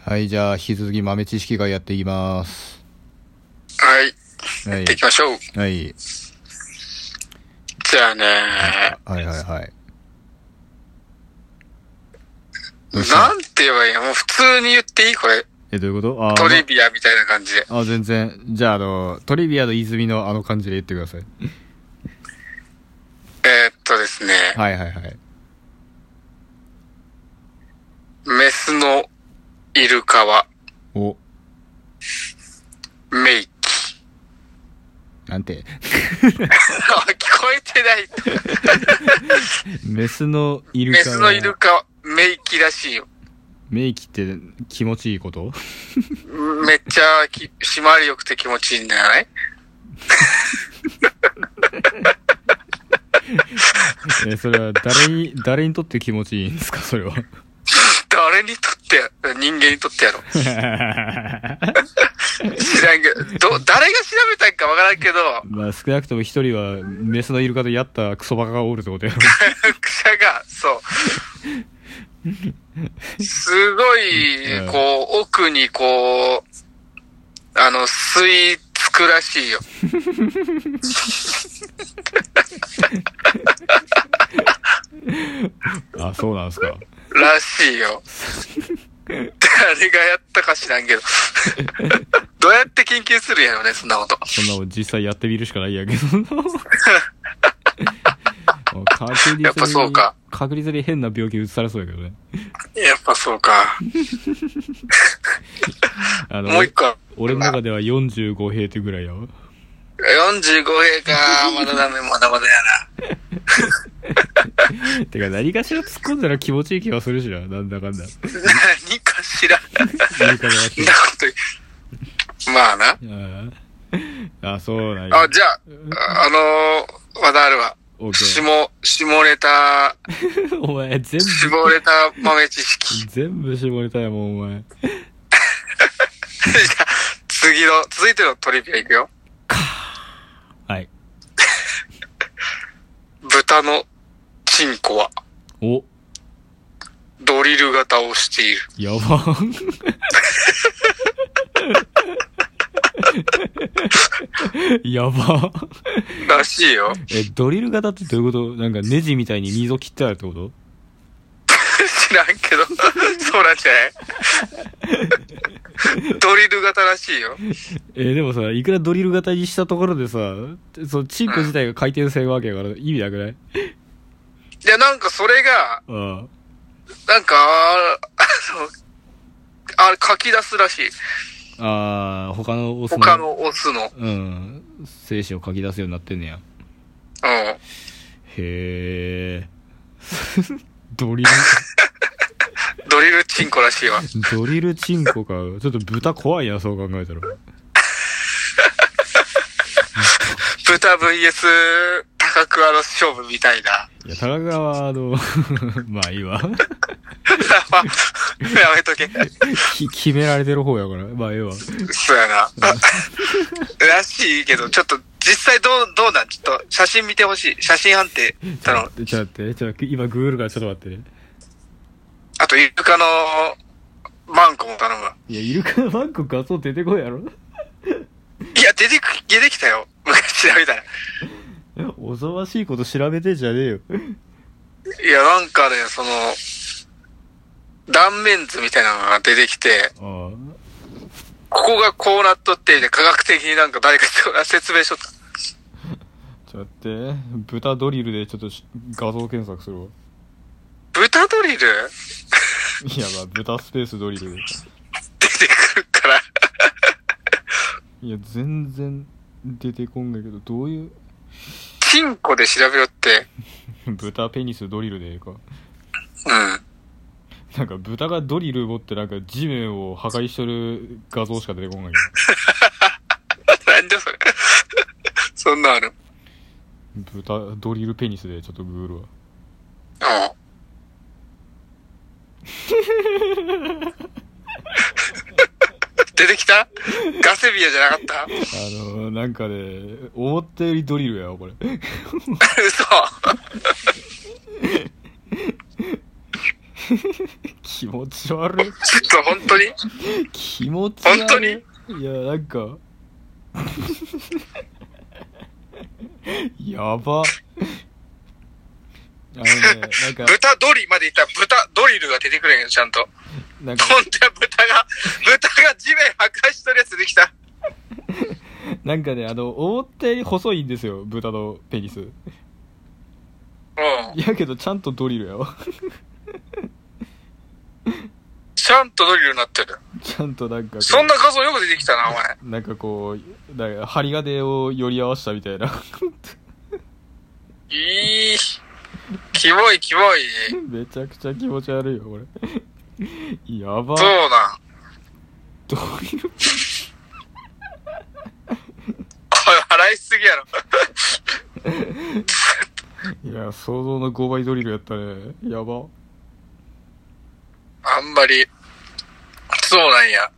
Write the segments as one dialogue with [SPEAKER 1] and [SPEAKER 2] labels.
[SPEAKER 1] はい、じゃあ、引き続き豆知識会やっていきます。
[SPEAKER 2] はい。
[SPEAKER 1] は
[SPEAKER 2] や
[SPEAKER 1] い
[SPEAKER 2] ってい。きましょう。
[SPEAKER 1] はい。
[SPEAKER 2] じゃあね
[SPEAKER 1] はいはいはい。どうした
[SPEAKER 2] なんて言えばいいのもう普通に言っていいこれ。
[SPEAKER 1] え、どういうことあー
[SPEAKER 2] トリビアみたいな感じで。
[SPEAKER 1] まあ、全然。じゃあ、あの、トリビアの泉のあの感じで言ってください。
[SPEAKER 2] えー、っとですね、
[SPEAKER 1] はいはいはい。
[SPEAKER 2] メスのイルカは
[SPEAKER 1] お、
[SPEAKER 2] メイキ。
[SPEAKER 1] なんて。
[SPEAKER 2] あ聞こえてない。
[SPEAKER 1] メスのイルカ
[SPEAKER 2] メ
[SPEAKER 1] は。
[SPEAKER 2] スのイルカはメイキらしいよ。
[SPEAKER 1] メイキって気持ちいいこと
[SPEAKER 2] めっちゃき締まりよくて気持ちいいんじゃない
[SPEAKER 1] え、それは誰に、誰にとって気持ちいいんですかそれは。
[SPEAKER 2] 誰にとってや、人間にとってやろ。知らんけど、ど、誰が調べたんかわからんけど、
[SPEAKER 1] まあ、少なくとも一人は、メスのイルカとやったクソバカがおるってことやろ。
[SPEAKER 2] くしゃが、そう。すごい、こう、奥にこう、あの、吸い付くらしいよ。
[SPEAKER 1] あ、そうなんですか。
[SPEAKER 2] らしいよ。誰がやったか知ら んけど。どうやって研究するんやろね、そんなこと。
[SPEAKER 1] そんなもん実際やってみるしかないやけど な。もう確率に
[SPEAKER 2] やっぱそうか。
[SPEAKER 1] 確率に変な病気移されそうやけどね。
[SPEAKER 2] やっぱそうか。
[SPEAKER 1] あの
[SPEAKER 2] もう一個。
[SPEAKER 1] 俺の中では45平手ぐらいやわ。
[SPEAKER 2] 45兵か。まだダメ、まだまだやな。
[SPEAKER 1] てか何かしら突っ込んだら気持ちいい気がするしな。なんだかんだ。イ
[SPEAKER 2] 何かしら。
[SPEAKER 1] ルカじゃなく
[SPEAKER 2] そんなこと言うまあな。
[SPEAKER 1] て。ああ、そうなんや。
[SPEAKER 2] あ、じゃあ、ああのー、まだあるわ。
[SPEAKER 1] オ
[SPEAKER 2] 下
[SPEAKER 1] ッ、
[SPEAKER 2] 下ネタ、
[SPEAKER 1] ケー。お前、全
[SPEAKER 2] 下ネタ豆知識。
[SPEAKER 1] 部、全部絞れたやもん、お前。
[SPEAKER 2] じゃあ次の、続いてのトリビアいくよ。
[SPEAKER 1] はい。
[SPEAKER 2] 豚のチンコは
[SPEAKER 1] お、
[SPEAKER 2] ドリル型をしている。
[SPEAKER 1] や ば。やば。
[SPEAKER 2] らしいよ。
[SPEAKER 1] え、ドリル型ってどういうことなんかネジみたいに溝切ってあるってこと
[SPEAKER 2] 知らんけど、 そうなんじゃ ないドリル型らしいよ。
[SPEAKER 1] えーでもさ、いくらドリル型にしたところでさ、そのチンコ自体が回転するわけやから意味なくない
[SPEAKER 2] いや、なんかそれが、
[SPEAKER 1] あ
[SPEAKER 2] なんか、あの、あれ書き出すらしい。
[SPEAKER 1] あ。ああ、他のオス
[SPEAKER 2] 他。のオスの。うん。
[SPEAKER 1] うん。精子を書き出すようになってんねや。へえ。ドリル、
[SPEAKER 2] ドリルチンコらしいわ。
[SPEAKER 1] ドリルチンコか。ちょっと豚怖いな、そう考えたら。
[SPEAKER 2] 豚 VS 高桑の勝負みたいな。
[SPEAKER 1] いや、田中は、あの、まあいいわ。
[SPEAKER 2] やめとけ。
[SPEAKER 1] き決められてる方やから。まあええわ。
[SPEAKER 2] そうやな。らしいけど、ちょっと実際どう、どうなんちょっと写真見てほしい。写真判定
[SPEAKER 1] ち
[SPEAKER 2] 頼
[SPEAKER 1] ょっ
[SPEAKER 2] む。
[SPEAKER 1] と待って、ちょっと今グーグルからちょっと待ってね。
[SPEAKER 2] あと、イルカのマンコも頼むわ。
[SPEAKER 1] いや、イルカのバンコ画像出てこいやろ。
[SPEAKER 2] いや、出てく、出てきたよ。昔調べたら。
[SPEAKER 1] おぞましいこと調べてんじゃねえよ。
[SPEAKER 2] いや、なんかね、その、断面図みたいなのが出てきて、
[SPEAKER 1] あ
[SPEAKER 2] ここがこうなっとって、で科学的になんか誰か説明しとった。
[SPEAKER 1] あ。ちょっと待って、豚ドリルでちょっとし画像検索するわ。
[SPEAKER 2] 豚ドリル
[SPEAKER 1] いや、まあ、豚スペースドリルで。
[SPEAKER 2] 出てくるから。
[SPEAKER 1] いや、全然出てこんだけど、どういう、
[SPEAKER 2] チンコで調べよって。
[SPEAKER 1] 豚ペニスドリルでええか。
[SPEAKER 2] うん。
[SPEAKER 1] なんか豚がドリル持ってなんか地面を破壊しとる画像しか出てこないけ
[SPEAKER 2] なんじゃそれ。 そんなんある。
[SPEAKER 1] ど豚ドリルペニスでちょっとグーグルは
[SPEAKER 2] ああ。 出てきたガセビアじゃなかった
[SPEAKER 1] あのー、なんかね思ったよりドリルやわこれ
[SPEAKER 2] 嘘。
[SPEAKER 1] 気持ち悪い。
[SPEAKER 2] ちょっと本当に
[SPEAKER 1] 気持ち悪い。
[SPEAKER 2] 本当に
[SPEAKER 1] いや、なんか。 やば。あのね、なん か、
[SPEAKER 2] 豚ドリまでいったら豚ドリルが出てくるんよ、ちゃんと。
[SPEAKER 1] なんか、
[SPEAKER 2] ほんじゃ 豚が、豚が地面破壊しとるやつできた。
[SPEAKER 1] なんかね、あの、覆って細いんですよ、豚のペニス。
[SPEAKER 2] うん。
[SPEAKER 1] いやけど、ちゃんとドリルやわ。
[SPEAKER 2] ちゃんとドリルになってる。
[SPEAKER 1] ちゃんとなんかこう、
[SPEAKER 2] そんな画像よく出てきたな、お前。
[SPEAKER 1] なんかこう、なんか針金をより合わせたみたいな。
[SPEAKER 2] いい。キモい、キモい。
[SPEAKER 1] めちゃくちゃ気持ち悪いよ、これ。 やば。
[SPEAKER 2] そうなん。
[SPEAKER 1] ドリル
[SPEAKER 2] おい、払いすぎやろ。
[SPEAKER 1] いや、想像の5倍ドリルやったね。やば。
[SPEAKER 2] あんまり。そうなんや。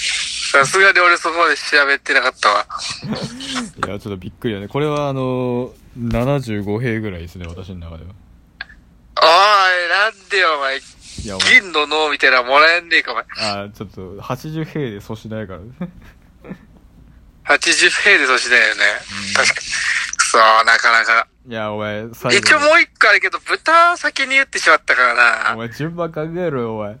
[SPEAKER 2] さすがに俺そこまで調べてなかったわ。
[SPEAKER 1] いや、ちょっとびっくりだね。これはあのー、75兵ぐらいですね、私の中では。
[SPEAKER 2] おい、なんでよ、お前。
[SPEAKER 1] いや、お前
[SPEAKER 2] 銀の脳みたいなのもらえんねえか、お前。
[SPEAKER 1] あーちょっと、80兵で阻止ないからね。
[SPEAKER 2] 80平で年だよね。確かに。そう、なかなか。
[SPEAKER 1] いや、お前、最後。
[SPEAKER 2] 一応もう一個あるけど、豚先に言ってしまったから
[SPEAKER 1] お
[SPEAKER 2] な。
[SPEAKER 1] 前、順番考えろよ、お前。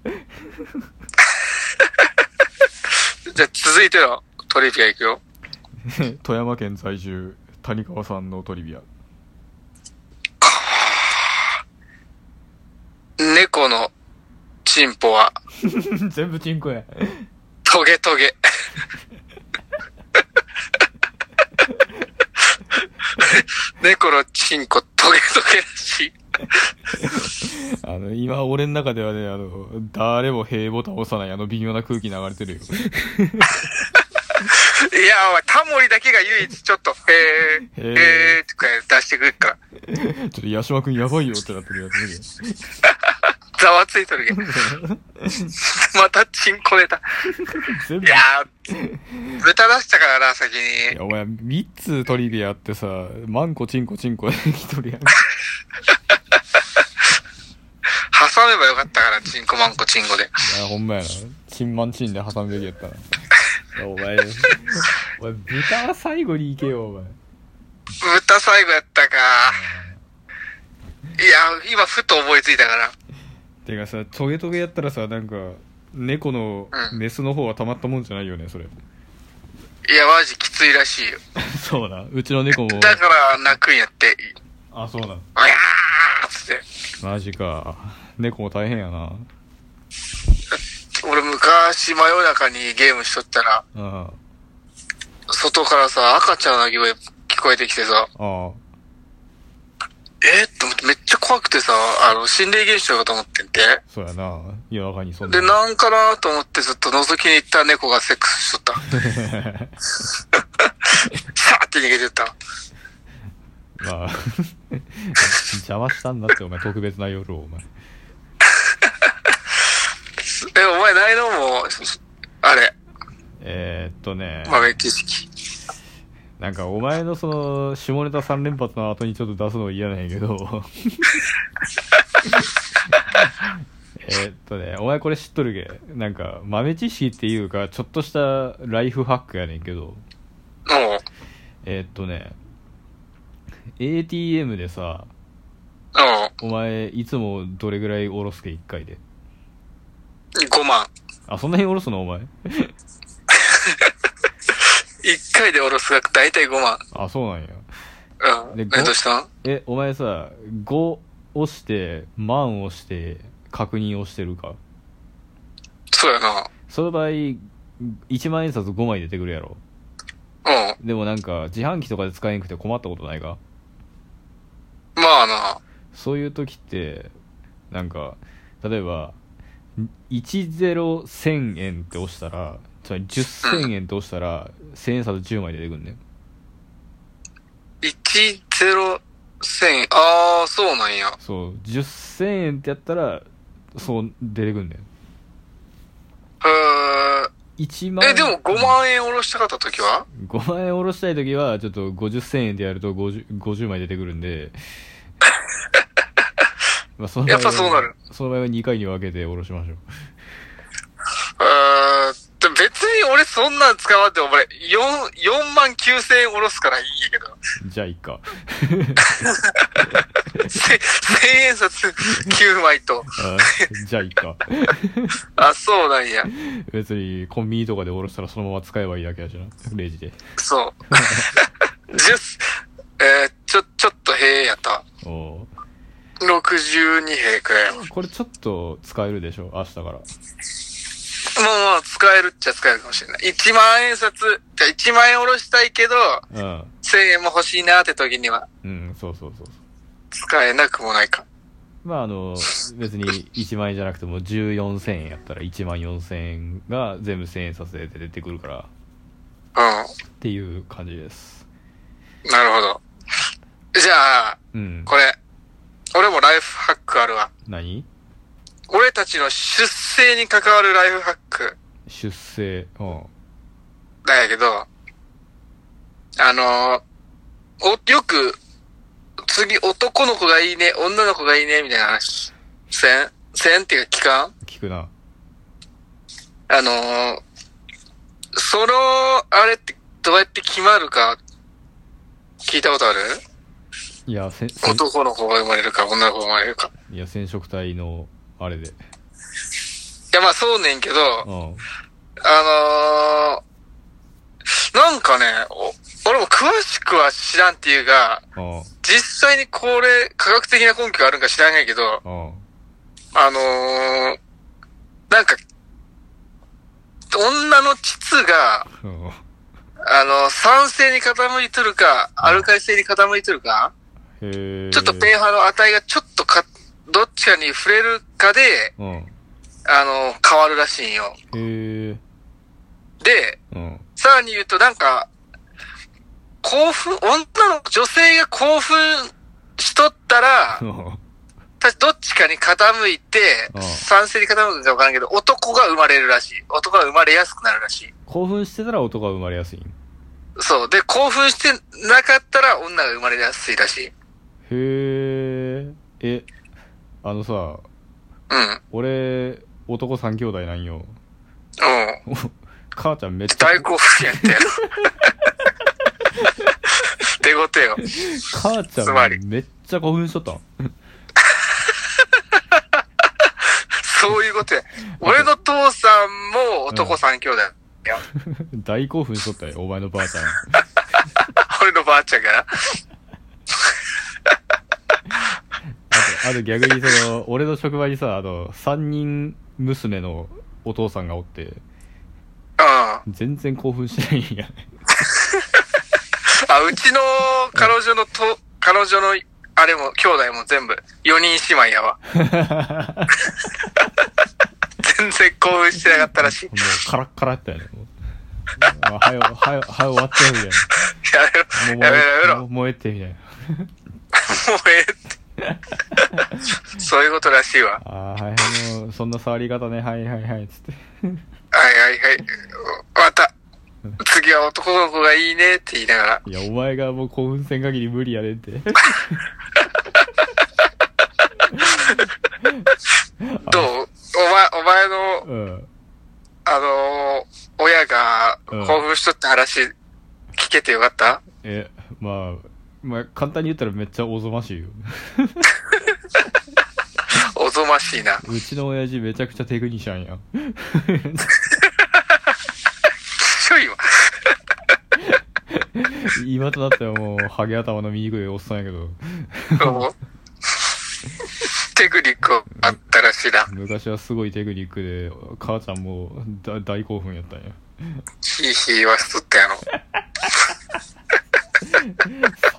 [SPEAKER 2] じゃあ続いてのトリビアいくよ。
[SPEAKER 1] 富山県在住、谷川さんのトリビア。
[SPEAKER 2] 猫のチンポは
[SPEAKER 1] 全部チンコや。
[SPEAKER 2] トゲト ゲ。猫のチンコトゲトゲらしい。
[SPEAKER 1] あの、今、俺の中ではね、あの、誰も平ボタン押さない、あの微妙な空気流れてるよ。
[SPEAKER 2] いや、お前、タモリだけが唯一ちょっと、へー、
[SPEAKER 1] へ
[SPEAKER 2] へ
[SPEAKER 1] ー
[SPEAKER 2] ーとか出してくるから、
[SPEAKER 1] ちょっと、八島くんやばいよってなってるやつ見
[SPEAKER 2] ざわついとるけ ど。
[SPEAKER 1] て
[SPEAKER 2] またチンコネタ。
[SPEAKER 1] 全部
[SPEAKER 2] いやー、豚出したからな、先
[SPEAKER 1] い
[SPEAKER 2] に。
[SPEAKER 1] やお前、3つトリビアってさ、マンコチンコチンコで一人やん。
[SPEAKER 2] 挟めばよかったから、チンコマンコチンコで。
[SPEAKER 1] いや、ほんまやな。チンマンチンで挟むべきやったな。お前、お前、豚は最後に行けよ、お前。
[SPEAKER 2] 豚最後やったか。いや、今、ふと思いついたから。
[SPEAKER 1] てかさ、トゲトゲやったらさ、なんか、猫の
[SPEAKER 2] うん
[SPEAKER 1] メスの方はたまったもんじゃないよね、それ。
[SPEAKER 2] いや、マジきついらしいよ。
[SPEAKER 1] そうな。うちの猫も、
[SPEAKER 2] だから、泣くんやって。
[SPEAKER 1] あ、そうな。
[SPEAKER 2] うやーっつって。
[SPEAKER 1] マジか。猫も大変やな。
[SPEAKER 2] 俺、昔、真夜中にゲームしとったら、
[SPEAKER 1] うん。あ
[SPEAKER 2] 外からさ、赤ちゃんの鳴き声聞こえてきてさ、
[SPEAKER 1] あ。
[SPEAKER 2] えー、って思ってめっちゃ怖くてさ、あの、心霊現象かと思ってんて。
[SPEAKER 1] そうやな。夜中にそんな。
[SPEAKER 2] で、なんかなと思ってずっと覗きに行った猫がセックスし とった。シャーって逃げてった。
[SPEAKER 1] まあ、邪魔したんだって、お前、特別な夜を、お前。
[SPEAKER 2] え、お前ないのもう、あれ、
[SPEAKER 1] えー、っとね、
[SPEAKER 2] 豆知識。
[SPEAKER 1] なんかお前のその、下ネタ3連発の後にちょっと出すのは嫌なんやけど、えーっとね、お前これ知っとるけなんか、豆知識っていうか、ちょっとしたライフハックやねんけど、
[SPEAKER 2] もう、
[SPEAKER 1] えー、っとね、ATM でさ、
[SPEAKER 2] う
[SPEAKER 1] お前、いつもどれぐらいおろすけ、1回で。
[SPEAKER 2] ん、5万。
[SPEAKER 1] あ、そんなにおろすのお前。
[SPEAKER 2] 1回でおろす額大体5万。
[SPEAKER 1] あ、そうなんや。
[SPEAKER 2] うん。
[SPEAKER 1] で
[SPEAKER 2] え、
[SPEAKER 1] ご
[SPEAKER 2] どうしたん
[SPEAKER 1] え、お前さ、5押して、万押して、確認をしてるか。
[SPEAKER 2] そうやな。
[SPEAKER 1] その場合、1万円札5枚出てくるやろ。
[SPEAKER 2] うん。
[SPEAKER 1] でもなんか、自販機とかで使えんくて困ったことないか
[SPEAKER 2] まあな。
[SPEAKER 1] そういう時って、なんか、例えば、101000円って押したら、つまり101000円って押したら、1000円札10枚出てくんねん。
[SPEAKER 2] 1、0、1000、あー、そうなんや。
[SPEAKER 1] そう、101000円ってやったら、そう、出てくんねん。
[SPEAKER 2] へ
[SPEAKER 1] 1万
[SPEAKER 2] ー。え、でも5万円おろしたかった時は
[SPEAKER 1] 5万円下ろしたい時はちょっと50銭円でやると 50, 50枚出てくるんでまあ、その
[SPEAKER 2] やっぱそうなる。
[SPEAKER 1] その場合は2回に分けて下ろしましょう。
[SPEAKER 2] うーん。でも別に俺そんなん使わんでも俺、4、4万9000円おろすからいいんやけど。
[SPEAKER 1] じゃあ、いっか。
[SPEAKER 2] せ千円札9枚と。
[SPEAKER 1] あ じゃあ、いっか。
[SPEAKER 2] あ、そうなんや。
[SPEAKER 1] 別に、コンビニとかで下ろしたらそのまま使えばいいだけだしな。レジで。
[SPEAKER 2] そう。 十えーちょ、ちょっと平やったわ。
[SPEAKER 1] おー
[SPEAKER 2] 62平くらいやわ。
[SPEAKER 1] これちょっと使えるでしょ明日から。
[SPEAKER 2] もう、もう使えるっちゃ使えるかもしれない。1万円札、じゃあ1万円おろしたいけど、
[SPEAKER 1] うん。
[SPEAKER 2] 1000円も欲しいなって時には、
[SPEAKER 1] うん、そうそうそうそう。
[SPEAKER 2] 使えなくもないか。
[SPEAKER 1] まああの、別に1万円じゃなくても14千円やったら1万4千円が全部千円札で出てくるから
[SPEAKER 2] う
[SPEAKER 1] っていう感じです。
[SPEAKER 2] ん。なるほど。じゃあ、
[SPEAKER 1] うん。
[SPEAKER 2] これ、俺もライフハックあるわ。
[SPEAKER 1] 何
[SPEAKER 2] 俺たちの出生に関わるライフハック
[SPEAKER 1] 出生。うん。
[SPEAKER 2] なんやけど、あのーお、よく、次男の子がいいね、女の子がいいね、みたいな話。せんせんっていうか期間
[SPEAKER 1] 聞くな。
[SPEAKER 2] あのーその、あれってどうやって決まるか、聞いたことある
[SPEAKER 1] いや、せん、せん
[SPEAKER 2] 男の子が生まれるか、女の子が生まれるか。
[SPEAKER 1] いや、染色体の、あれで。
[SPEAKER 2] いや、まあそうねんけど、
[SPEAKER 1] うん。
[SPEAKER 2] あのーなんかね、お俺も詳しくは知らんっていうか、
[SPEAKER 1] うん。
[SPEAKER 2] 実際にこれ、科学的な根拠があるんか知らないけど、
[SPEAKER 1] うん。
[SPEAKER 2] あのーなんか、女の膣が、
[SPEAKER 1] うん。
[SPEAKER 2] あの、酸性に傾いとるか、アルカリ性に傾いとるか、
[SPEAKER 1] へえ。
[SPEAKER 2] ちょっと pH の値がちょっとか、どっちかに触れるかで、
[SPEAKER 1] うん。へ
[SPEAKER 2] あの、変わるらしいんよ。
[SPEAKER 1] え。
[SPEAKER 2] で、
[SPEAKER 1] うん。
[SPEAKER 2] さらに言うと、なんか、興奮、女の女性が興奮しとったら
[SPEAKER 1] う、ん。
[SPEAKER 2] たどっちかに傾いて
[SPEAKER 1] う、ん
[SPEAKER 2] 賛成に傾くんかわからんけど、男が生まれるらしい。男が生まれやすくなるらしい。
[SPEAKER 1] 興奮してたら男が生まれやすいん。
[SPEAKER 2] そう。で、興奮してなかったら女が生まれやすいらしい。
[SPEAKER 1] へえ。え、あのさ、
[SPEAKER 2] うん。うん。
[SPEAKER 1] 俺、男三兄弟なんよ。母ちゃんめっちゃ、
[SPEAKER 2] 大興奮やったやろ。出ごてよ。
[SPEAKER 1] 母ち
[SPEAKER 2] つま
[SPEAKER 1] ゃ
[SPEAKER 2] り
[SPEAKER 1] んめっちゃ興奮しとったん。
[SPEAKER 2] そういうことや。俺の父さんも男三兄弟。いや、
[SPEAKER 1] 大興奮しとったよ、お前のばあちゃん。
[SPEAKER 2] 俺のばあちゃんから。
[SPEAKER 1] あと、あと逆にその、俺の職場にさ、あの、三人娘のお父さんがおって、
[SPEAKER 2] うん。
[SPEAKER 1] 全然興奮してないんや。
[SPEAKER 2] あ、うちの彼女のと、彼女の、あれも、兄弟も全部、4人姉妹やわ。全然興奮してなかったらしい。
[SPEAKER 1] もうカラッカラやったよね。もうあはよ、はよ、はよ終わっちゃうみたいな。もう
[SPEAKER 2] やめろ、やめろ、やめろ。
[SPEAKER 1] も
[SPEAKER 2] も
[SPEAKER 1] う燃えてみたいな。
[SPEAKER 2] うええって。そういうことらしいわ。
[SPEAKER 1] ああ、はいはい、もう、そんな触り方ね、はいはいはい、つって。
[SPEAKER 2] はいはいはい。また、次は男の子がいいねって言いながら。
[SPEAKER 1] いや、お前がもう興奮せん限り無理やでって。
[SPEAKER 2] どうお前、お前の、
[SPEAKER 1] うん。
[SPEAKER 2] あのー親が
[SPEAKER 1] うん
[SPEAKER 2] 興奮しとった話、聞けてよかった
[SPEAKER 1] え、まあ、まあ、簡単に言ったらめっちゃおぞましいよ。
[SPEAKER 2] おぞましいな。
[SPEAKER 1] うちの親父めちゃくちゃテクニシャンやん。
[SPEAKER 2] ちょいわ。
[SPEAKER 1] 今となってはもう、ハゲ頭の醜いおっさんやけど、
[SPEAKER 2] そうテクニックあったらしいな。
[SPEAKER 1] 昔はすごいテクニックで、母ちゃんもだ大興奮やったんや。
[SPEAKER 2] ヒーヒーはしとったやろ。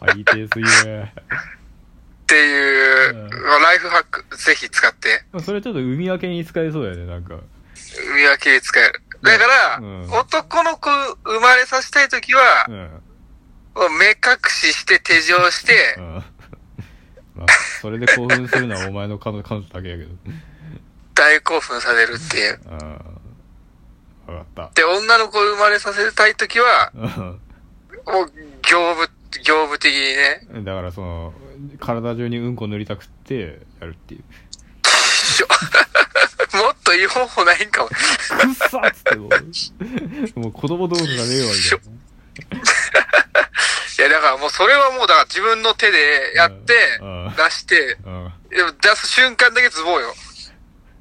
[SPEAKER 1] 最低すぎる。
[SPEAKER 2] っていう
[SPEAKER 1] うん、
[SPEAKER 2] ライフハック、ぜひ使って。
[SPEAKER 1] それちょっと海分けに使えそうやね、なんか。
[SPEAKER 2] 見分けに使える。だから、
[SPEAKER 1] うん
[SPEAKER 2] 男の子生まれさせたいときは
[SPEAKER 1] う、ん。
[SPEAKER 2] 目隠しして手錠して、
[SPEAKER 1] うん。まあ、それで興奮するのはお前の彼女彼女だけやけど。
[SPEAKER 2] 大興奮させるっていう。
[SPEAKER 1] うん。わかった。
[SPEAKER 2] で、女の子生まれさせたいときは、
[SPEAKER 1] う
[SPEAKER 2] もう、業務、業務的にね、
[SPEAKER 1] ん。だからその、体中にうんこ塗りたくってやるっていう
[SPEAKER 2] しょもっといい方法ないんかも。
[SPEAKER 1] 「くっさ!」っつってもうもう子供道具がねえわみたいない
[SPEAKER 2] や、だからもうそれはもう、だから自分の手でやって、
[SPEAKER 1] うんうん
[SPEAKER 2] 出して、
[SPEAKER 1] うん
[SPEAKER 2] でも出す瞬間だけズボンよ。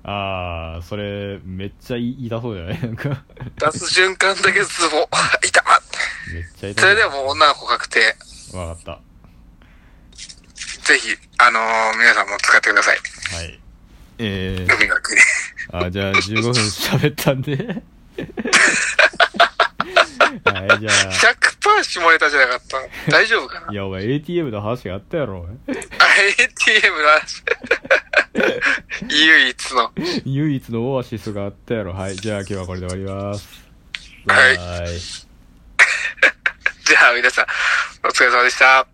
[SPEAKER 1] ああそれめっちゃい痛そうじゃないなんか
[SPEAKER 2] 出す瞬間だけズボン。 いた
[SPEAKER 1] めっちゃ痛
[SPEAKER 2] そ
[SPEAKER 1] そう
[SPEAKER 2] れではもう女の子確定。
[SPEAKER 1] わかったは
[SPEAKER 2] ぜひ、あのー皆さんも使ってください。
[SPEAKER 1] いえー、
[SPEAKER 2] 海の国。
[SPEAKER 1] あじゃあ15分喋ったんで はいじゃあ
[SPEAKER 2] 100%下ネタじゃなかった。大丈夫かない
[SPEAKER 1] や、お前 ATM の話があったやろ、お前
[SPEAKER 2] ATM の話。 唯一の。は
[SPEAKER 1] 唯一のオアシスがあったやろ。はい、じゃあ今日はこれで終わります。
[SPEAKER 2] い。
[SPEAKER 1] はーい
[SPEAKER 2] じゃあ皆さん、お疲れ様でした。